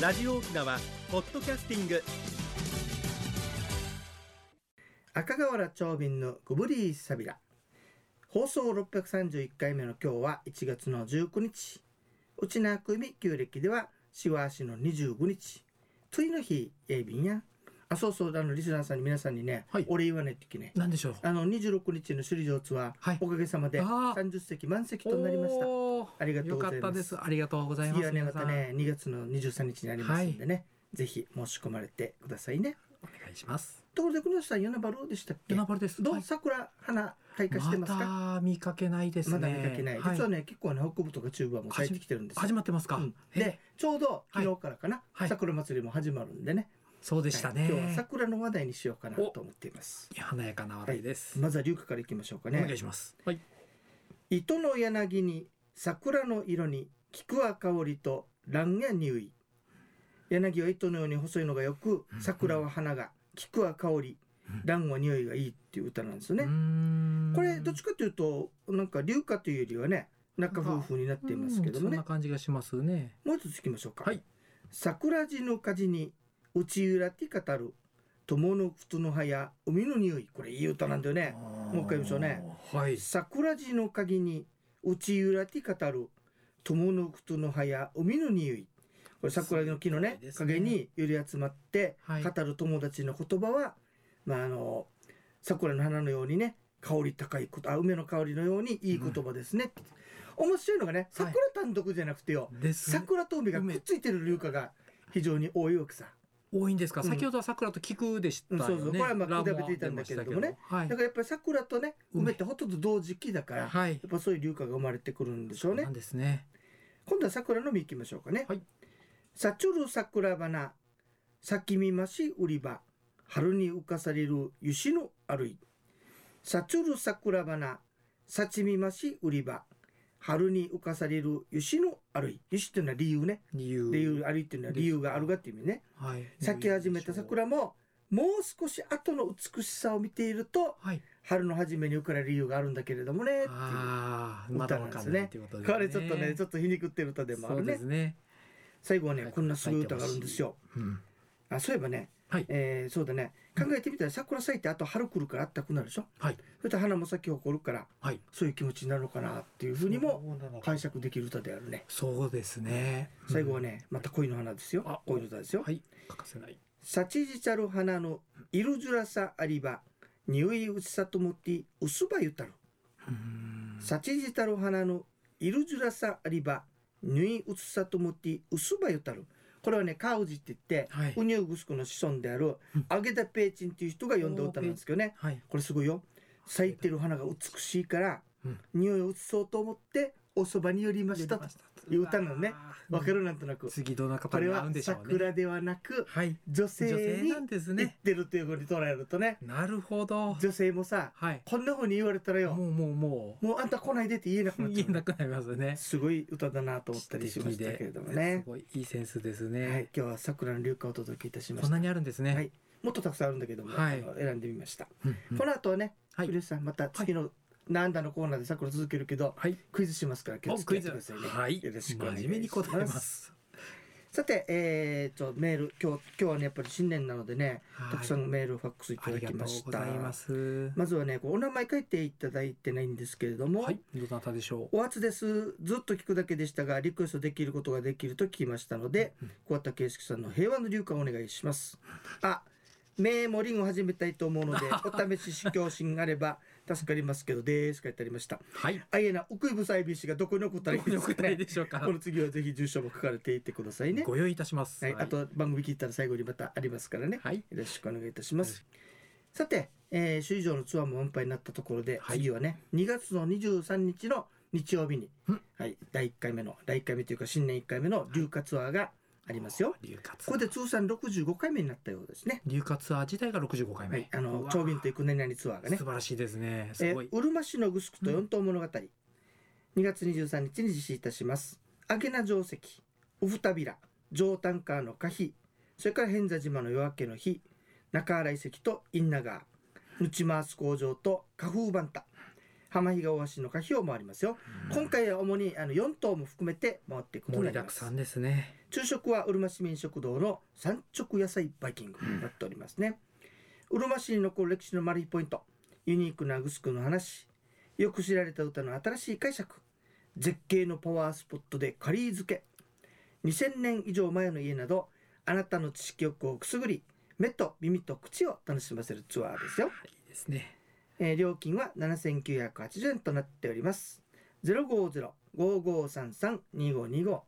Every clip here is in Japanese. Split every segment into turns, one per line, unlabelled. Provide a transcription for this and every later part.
ラジオ沖縄ポッドキャスティング
赤瓦長瓶のグブリーサビラ放送631回目の今日は1月の19日うちなくみ旧暦ではしわしの25日次の日鋭便やあそうそうあのリスナーさんに皆さんにね、
はい
お礼言わないといけない
なんでしょう。
あの26日の首里城ツアー、
はい
おかげさまで
あー
30席満席となりました
おー
ありがとうございます
よかったです。ありがとうございます。
次はねま
皆さん
たね2月の23日にありますんでね、ぜひ申し込まれてくださいね
お願いします。
ところで久野さんヨナバルーでしたっけ
ヨナバルです。
ど
は
う
い
桜花開花してますか、
また見かけないです
ま
ね。
だ見かけない、
は
実はね結構ね北部とか中部はもう帰ってきてるんですよ
始まってますか。
うん
え
でちょうど
はい
昨日からかな、
はい
桜祭りも始まるんでね
そうでしたね。
はい今日は桜の話題にしようかなと思っています
華やかな話題です。
まずは龍華からいきましょうか
お願
ね
いします。はい。
糸の柳に桜の色に菊は香りと蘭が匂い柳は糸のように細いのがよく
うん
桜は花が菊は香り
うん
蘭は匂いがいいっていう歌なんですよね、
ね
これどっちかというとなんか流歌というよりはね仲夫婦になっていますけども
そん
ね
な感じがしますね。
もう一つ聞きましょうか、
はい
桜地の火事に内ゆらって語る友の靴の葉や海の匂いこれいい歌なんだよねう一
も
回言いましょうね。
はい。
桜地の鍵に内ゆらって語る友の靴の葉や海の匂いこれ桜木の木のね
そうですね
陰に寄り集まって
はい
語る友達の言葉は、まああの桜の花のようにね香り高いことあ梅の香りのようにいい言葉ですね、面白いのがね桜単独じゃなくてよ、
です。
桜と帯がくっついてる流花が非常に多いわけさ
多いんですか。
うん
先ほどは桜と菊でしたよね。
うんそうそうこれはまあ
ラブ
比べていたんだけれどもね
出ましたけど。はい
だ。からやっぱり桜とね
梅
梅ってほとんど同時期だから、や
はい。
っぱそういう流花が生まれてくるんでしょうね
なんですね。
今度は桜の実行きましょうかね、
はい
さちょる桜花咲き見まし売り場春に浮かされる湯しの歩いさちょる桜花咲ち見まし売り場春に浮かされる湯しの歩い湯しっていうのは理由ね
理由
理由歩いっていうのは理由があるがっていう意味ね
はい
咲き始めた桜ももう少し後の美しさを見ていると
はい
春の初めに浮かれる理由があるんだけれどもねっていう
ああ
歌
まだ
なん
わ
で
か
す
んない
ね
っていうことですね
これちょっとねちょっと皮肉ってる歌でもあ
そ
る
うで
ね
すね
最後はね
はい
こんなすごい歌があるんですよ
うん
あそういえばね、
はい
えーそうだね考えてみたら桜咲いてあと春来るからあったくなるでしょ、
はい
それと花も咲き誇るから
はい
そういう気持ちになるのかなっていうふうにも解釈できる歌であるね
そうですね
最後はねまた恋の花ですよ
あ
恋の歌ですよ
はい欠かせない
サチジチャル花の色づらさありば、匂いうちさともって薄ばゆたる。
うーん
サチジチャル花の色づらさありば、匂いうちさともって薄ばゆたる。これはね、カウジって言って、
はい
ウニューグスクの子孫である
うん
アゲダペーチンっていう人が呼んだ歌なんですけどね。
はい
これすごいよ。咲いてる花が美しいから
うん、
匂いを移そうと思って、おそばに寄りましたと。いう歌なのねわか
る
るなんとなく。
次どんな
こ
方
れ
に合う
は
んでしょうね
桜ではなく、
はい
女
女
性
性
に
なんです
言っ
ね
てるというふうに捉えるとね、
なるほど
女性もさ、
はい
こんなふうに言われたら
も
よ、
うもうも
もうあんた来ないでって言えなくな
う
っ
言
ち
え
ゃ
なくなりますね
う。すごい歌だなと思ったりしましたけれどもね
す。ごいいいセンスですね、
はい、今日は桜の流花をお届けいたしま
こ
し
ん
た。
なにあるんですね、
はいもっとたくさんあるんだけども、
は
あ
い
の選んでみました。
うんうん
この後はね、
はい
古、は、さんまた次のなんだのコーナーで桜続けるけど、
はい
クイズしますから気を
お
つ
ク
け
イ
て
ズ
くださいね。
はい
よろしくお願いします
真面目に答えます
さて、えー、とメール今日今日はねやっぱり新年なのでね、たくさんのメールファックスい
は
た
いあ
だ
りが
き
と
まし
うご
た。
ざいます
まずはね、こうお名前書いていただいてないんですけれども、
はいどなたでしょう
お初です。ずっと聞くだけでしたが、リクエストできることができると聞きましたので、
うん
小畑圭介さんの平和の流歌をお願いします。あ、名もリンを始めたいと思うの で、お試し試供心があれば助かりますけどです。書いてありました。
はい
あいえな、奥井ぶさいびしがどこに送ったらいい
ご
で
用
す
意
か
ない
ね。
でしょうか
この次はぜひ住所も書かれていってくださいね。
ご用意いたします
はい、あと番組聞いたら最後にまたありますからね。
はい
よろしくお願いいたします。さて、えー、首里城のツアーも満杯になったところで、
はい
次はね、2月の23日の日曜日に
うん、
はい、第1回目の、第1回目というか新年1回目の龍華ツアーがありますよ。
流活
ここで通算65回目になったようですね。
流活アー自体が65回
は
目、
い、あの
う、わ
長瓶と行く何々ツアーがね
素、晴らしいですねす
え
ごい
ー、、うるま市のグスクと四島物語、2月23日に実施いたしますアゲナ定石ウフタビラ上タンカーの可否それから偏座島の夜明けの日中原遺跡とインナガーヌチマース工場と花風バンタ浜比嘉大橋の歌標もありますよ。今回は主にあの4頭も含めて回っていくもの
盛
に
り
な
だ
りま
く
す
さんですね。
昼食はうるま市民食堂の産直野菜バイキングになっておりますね、うるま市に残る歴史のマル秘ポイントユニークなグスクの話よく知られた歌の新しい解釈絶景のパワースポットでカリー漬け2000年以上前の家などあなたの知識欲をくすぐり目と耳と口を楽しませるツアーですよ、
いいですね。
えー料金は7980円となっております。050-5533-2525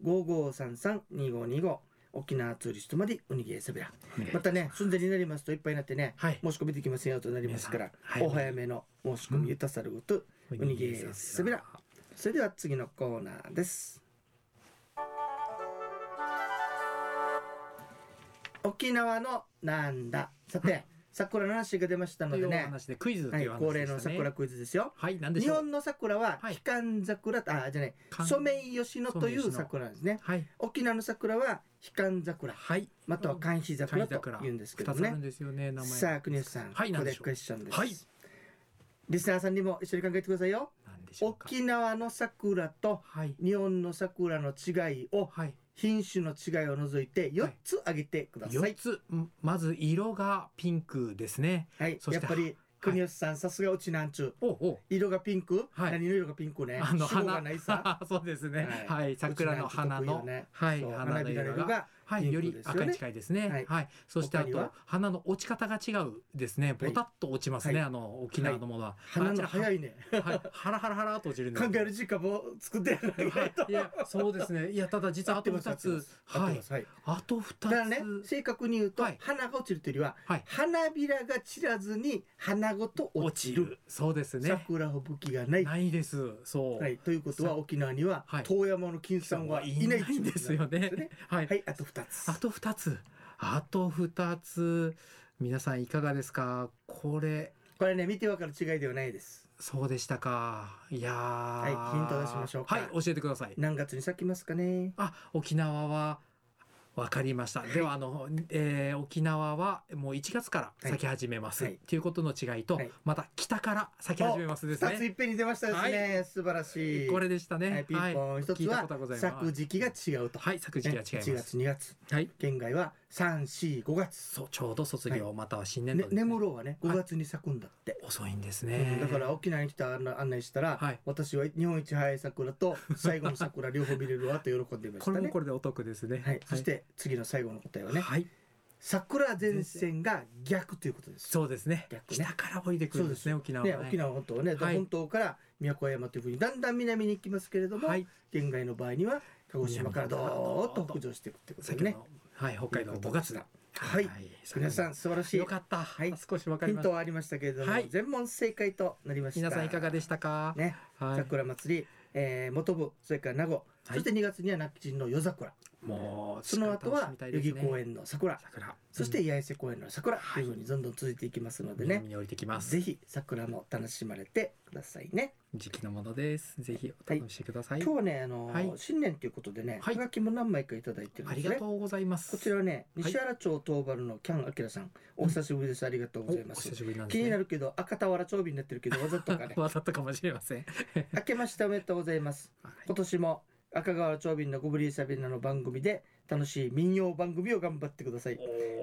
050-5533-2525沖縄ツーリストまでおにぎりさびら。またね、寸前になりますといっぱいになってね、
はい。
申し込みできませんよとなりますから、
皆さんは
お
い
早めの申し込みゆたさるごと、おにぎりさびら。それでは次のコーナーです。沖縄のなんだ。さて、桜の話が出ました
と
の
い
で
うお
ね、
話でクイズと
はいい、
うお話
恒
で
例
したね
の桜。クイズですよ。
はい。なんで
日
しょう。
本の桜は
はい
ヒカン桜、あ、じゃない、
かん
ソメイヨシノとい
ソメイヨシ
う
ノ
桜なんですね。
はい。
沖縄の桜はヒカン桜、
はい。
またはカンヒ
カ
桜
ニ
と
桜。
言うんですけど
二つある
ね
ん。ですよね。名前。
さあ、国吉さん、
はい
ここ
何で
で
しょう
クエスチョンです。
はい
リスナーさんにも一緒に考えてくださいよ。
なんでしょうか。
沖縄の桜と
はい。
日本の桜の違いを
はい。
品種の違いを除いて4つ挙げてくださ
四
い。
つ。うんまず色がピンクですね。
はい、
そし
やってぱり国吉さん、さすがうちなんちゅう。
おうおう。
色がピンク、
はい
何の色がピンクね。
あの
主語が
花
ないさ。。
そうですね。
は
はい。桜の花
う
の
ちなんちゅう特有ね。
はい。
そう
花
花
の
びらの
色
色
が。
が
は
ピン
い、
ク
よ
で
り
すよね
赤に近いですね。
は
はいい、そしてあ
他には
と花の落ち方が違うですね。ボタッと落ちますね。
はい
あの沖縄のものは。
花の早
い。
いね。
はい、ハラハラハラっと落ちるんで
考
す。
える時間も作ってやらない
はい、いや、そうですね。いや、た だ実はあと二つ。
は
はいい。。
はい。
あと
だ
二
からね、
つ。
正確に言うと、
はい
花が落ちるというよりは、
はい
花びらが散らずに花ごと落ちる。。
そうですね。
桜吹雪がない。
ないです。そう。
はい、ということは
さ
沖縄には、
はい
遠山の金さんはいいない
ないんですよね。はい。
はい、あと二つ
あ。と二つ。あと二つ。皆さんいかがですかこれ、
これね、見てわかる違いではないです。
そうでしたか。いやはい
ヒント出しましょうか
はい、教えてください。
何月に咲きますかね。
あ、沖縄は、わかりました。では、あの、えー沖縄はもう1月から咲き始めます。
はいはい
ということの違いと、
はい
また北から咲き始めますです
二つい
ね。
っぺんに出ましたですね。素晴らしい。
これでした
はい
ね。
ピンポン一
聞
つ
いた
は
ことございます。
咲く時期が違うと。
はい、咲く時期が違いま
1
す。
月、2月。
はい。
県外は3、4、5月。
そう、ちょうど卒業、または新年
ね
度、ですね
眠ろうはね、
は
5
い
月に咲くんだって。
遅いんです
う
ね
ん。だから沖縄に来た案内したら、
はい
私は日本一早い桜と最後の桜両方見れるわと喜んでいまし
これ
た
も
ね。
これでお得ですね。
はい、そして次の最後の答えはね、
はい、
桜前線が逆ということです。
そうですね。
逆ね
北から降りてくるんですね、沖縄は
ね、沖
ね。
縄本島はね、
はい
本島から宮古山というふうにだんだん南に行きますけれども、
はい、
県外の場合には鹿児島からどーっと北上していくってこと
先
で
ほど
ね。
の、はい、北海道の5月だ。
はい皆さん
ん、
素晴らしい
よかった。はいい、少しわか
ヒ
り
ン
ま
ト
し
はありましたけれども、
はい
全問正解となりま
た。
した。
皆さんいかがでしたか。
ね、
はい、
桜祭り、えー、元部、それから名護、そして2月には那智の夜桜、
もう
その後は
楽しみたい
由
です
木
ね
公園の桜、
桜、
そして八重瀬公園の桜というふうにどんどん続いていきますのでね、
南に降りてきます
ぜ。ひ桜も楽しまれてくださいね。
時期のものです。ぜひお楽しみください。
今日はね、あのー
はい
新年ということでね、は
はい
がきも何枚かいただいてるん
あ
で
り
す
が
ね
と。うございます。
こちらはね、
い
西原町東原のキャンアキラさん、
うん
お久しぶりです。ありがとうございま
お
す
久。しぶりなんです
気
ね。。
になるけど、赤俵長瓶になってるけど、わざとかね
わざとかもしれません。
明けましておめでとうございます。
はい
今年も赤川長瓶のゴブリーサビナの番組で楽しい民謡番組を頑張ってください。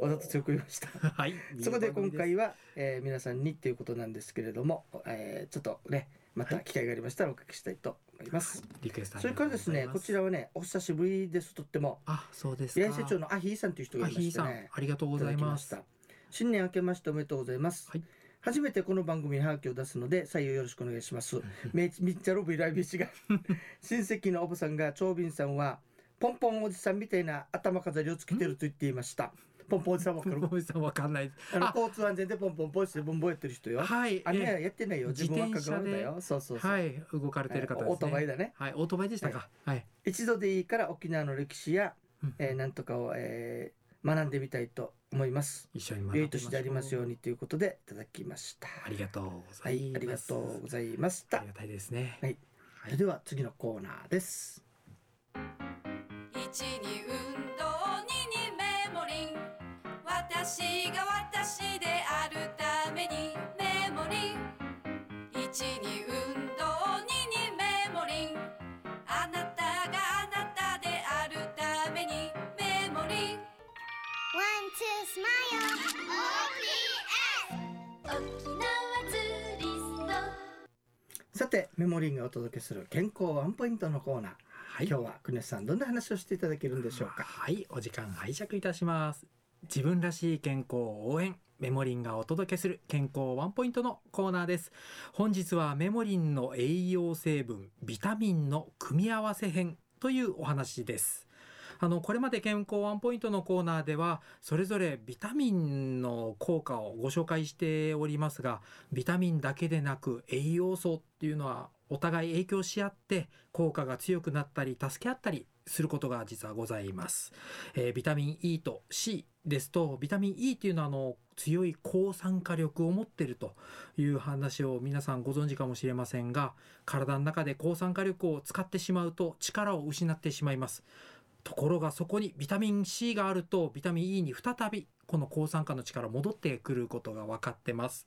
わざと強く言いました。
はい。
そこで今
は
回は、えー皆さんにっていうことなんですけれども、えーちょっとね、また機会がありましたらおかけしたいと思います。
リクエストあ
そ
り
れか
がとう
ら
ござ
で
い
ね、
ます
こちらはね、お久しぶりです、とっても。
あ、そうです
八
か。
重瀬町のアヒーさんという人が
あ
いま
ひい
して
さん
ね、。
ありがとうございます。
いただきました。新年明けましておめでとうございます。
はい
初めてこの番組にハガキを出すので採用よろしくお願いします。めみっちゃろぶいらいびし が親戚のおばさんが長瓶さんはポンポンおじさんみたいな頭飾りをつけてると言っていました。ポンポンおじさんわか
黒
る。
森さんわかんない。
あの
あ
交通安全でポンポンポンしてボンボンやってる人よ。
はい。
あれ
え
やってないよ。自分は関わるんだよ。そうそうそう。
はい。動かれてる
オ
方
ー
です
トバイ
ね。
だね。
はい。オートバイでしたか。はい。
一度でいいから沖縄の歴史や、
うん
えーなんとかを、えー学んでみたいと思います。
一緒に学び
良
ま
い年でありますよう
に。
にということでいただきました。
ありがとうござ
はいい、ありが
ます。
とうございまし
あ
た
り。がたいですね。
はい
は
では次のコーナーです。
一に運動二にメモリン私が私であるためにメモリン一に運動二にメモリンあなたがあなたであるためにメモリン
One, two, smile. OPS!
沖縄ツーリスト
さてメモリーがお届けする健康ワンポイントのコーナー、
はい
今日は国吉さんどんな話をしていただけるんでしょうか
はい、お時間拝借いたします。自分らしい健康を応援、メモリンがお届けする健康ワンポイントのコーナーです。本日はメモリンの栄養成分、ビタミンの組み合わせ編というお話です。あの、これまで健康ワンポイントのコーナーでは、それぞれビタミンの効果をご紹介しておりますが、ビタミンだけでなく栄養素っていうのはお互い影響し合って効果が強くなったり助け合ったりすることが実はございます。えービタミン E と C ですとビタミン E っていうのはあの強い抗酸化力を持ってるという話を皆さんご存知かもしれませんが体の中で抗酸化力を使ってしまうと力を失ってしまいます。ところがそこにビタミン C があるとビタミン E に再びこの抗酸化の力戻ってくることが分かってます。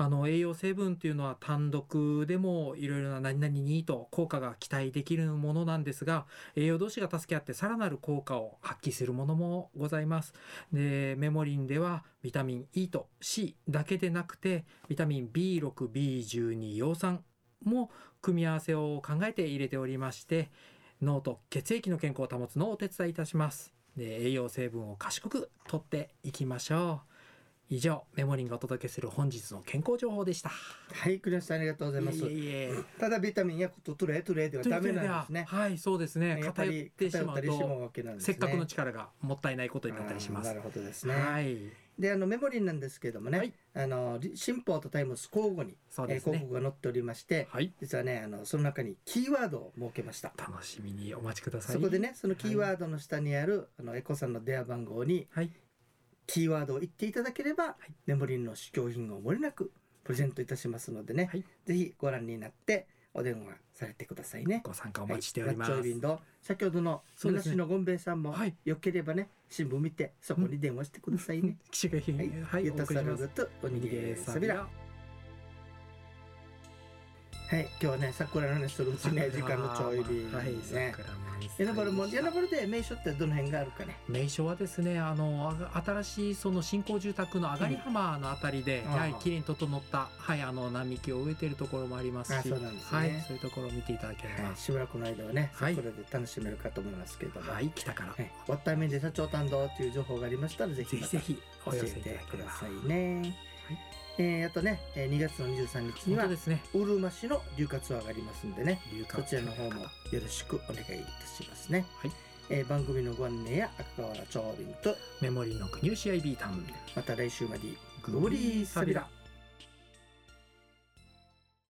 あの栄養成分というのは単独でもいろいろな何々にいいと効果が期待できるものなんですが栄養同士が助け合ってさらなる効果を発揮するものもございます。でメモリンではビタミン E と C だけでなくてビタミン B6B12 葉酸も組み合わせを考えて入れておりまして脳と血液の健康を保つのをお手伝いいたします。で栄養成分を賢くとっていきましょう。以上メモリンがお届けする本日の健康情報でした。
はい国吉さんありがとうございます
いえいえ
ただビタミンやことトレトレではダメなんですね
はい、そうですね。
やっぱ
偏っ
り
てし
偏
ま
った
う
りしても
と、
わけなんです
せ
ね
っかくの力がもったいないことになったりしま
あー
す
な。るほどですね、
はい、
であのメモリーなんですけどもね、
はい
あのり新報とタイムズ交互に、
そう
えー
です
広
ね。
告が載っておりまして
はい、
実はねあのその中にキーワードを設けました
楽しみにお待ちください。
そこでねそのキーワードの下にある、あのエコさんの電話番号に
はい、
キーワードを言っていただければ、メモリーの試供品をもれなくプレゼントいたしますのでね、
はい
ぜひご覧になってお電話されてくださいね。
ご参加お待ちしております。
はいラッチョイビンド先ほどの
そうですね
私のゴンベイさんも、
はい
よければね新聞見てそこに電話してくださいね。
機種が品
はい、
はい、
ゆ
お
た
送り
さ
し
る
ます
ず。とおにぎりさびら。はい、今日はね、桜の話するうちね、時間のちょいり、
はい、
ね。
桜満開
ヤナバルも、
でした
ヤナバルで名所ってどの辺があるかね。
名所はですねあのあ新しいその新興住宅の上がり浜のあたりで、
うん
やはり
ああ
綺麗に整ったはいあの並木を植えてるところもあります
あ
し
そうなんですね
はいそういうところを見ていただけれ
は
ば
い、しばらくの間はね、
はい
桜で楽しめるかと思いますけれども。
は
はい
北から、
い、わっためで社長担当という情報がありましたら、ぜひ
ぜひぜ
ま
ひお
た
寄
教
せ
え
いただ
て
け
く
れば
ださいね。えー、あとね、えー2月の23日に
本
は
当ですね
うるま市の流活は上がりますんでね
流
そちらの方もよろしくお願いいたしますね、
はい
えー番組のご案内や赤川原長瓶と
メモリーの国吉 IB タウン
また来週まで
グリーサビラ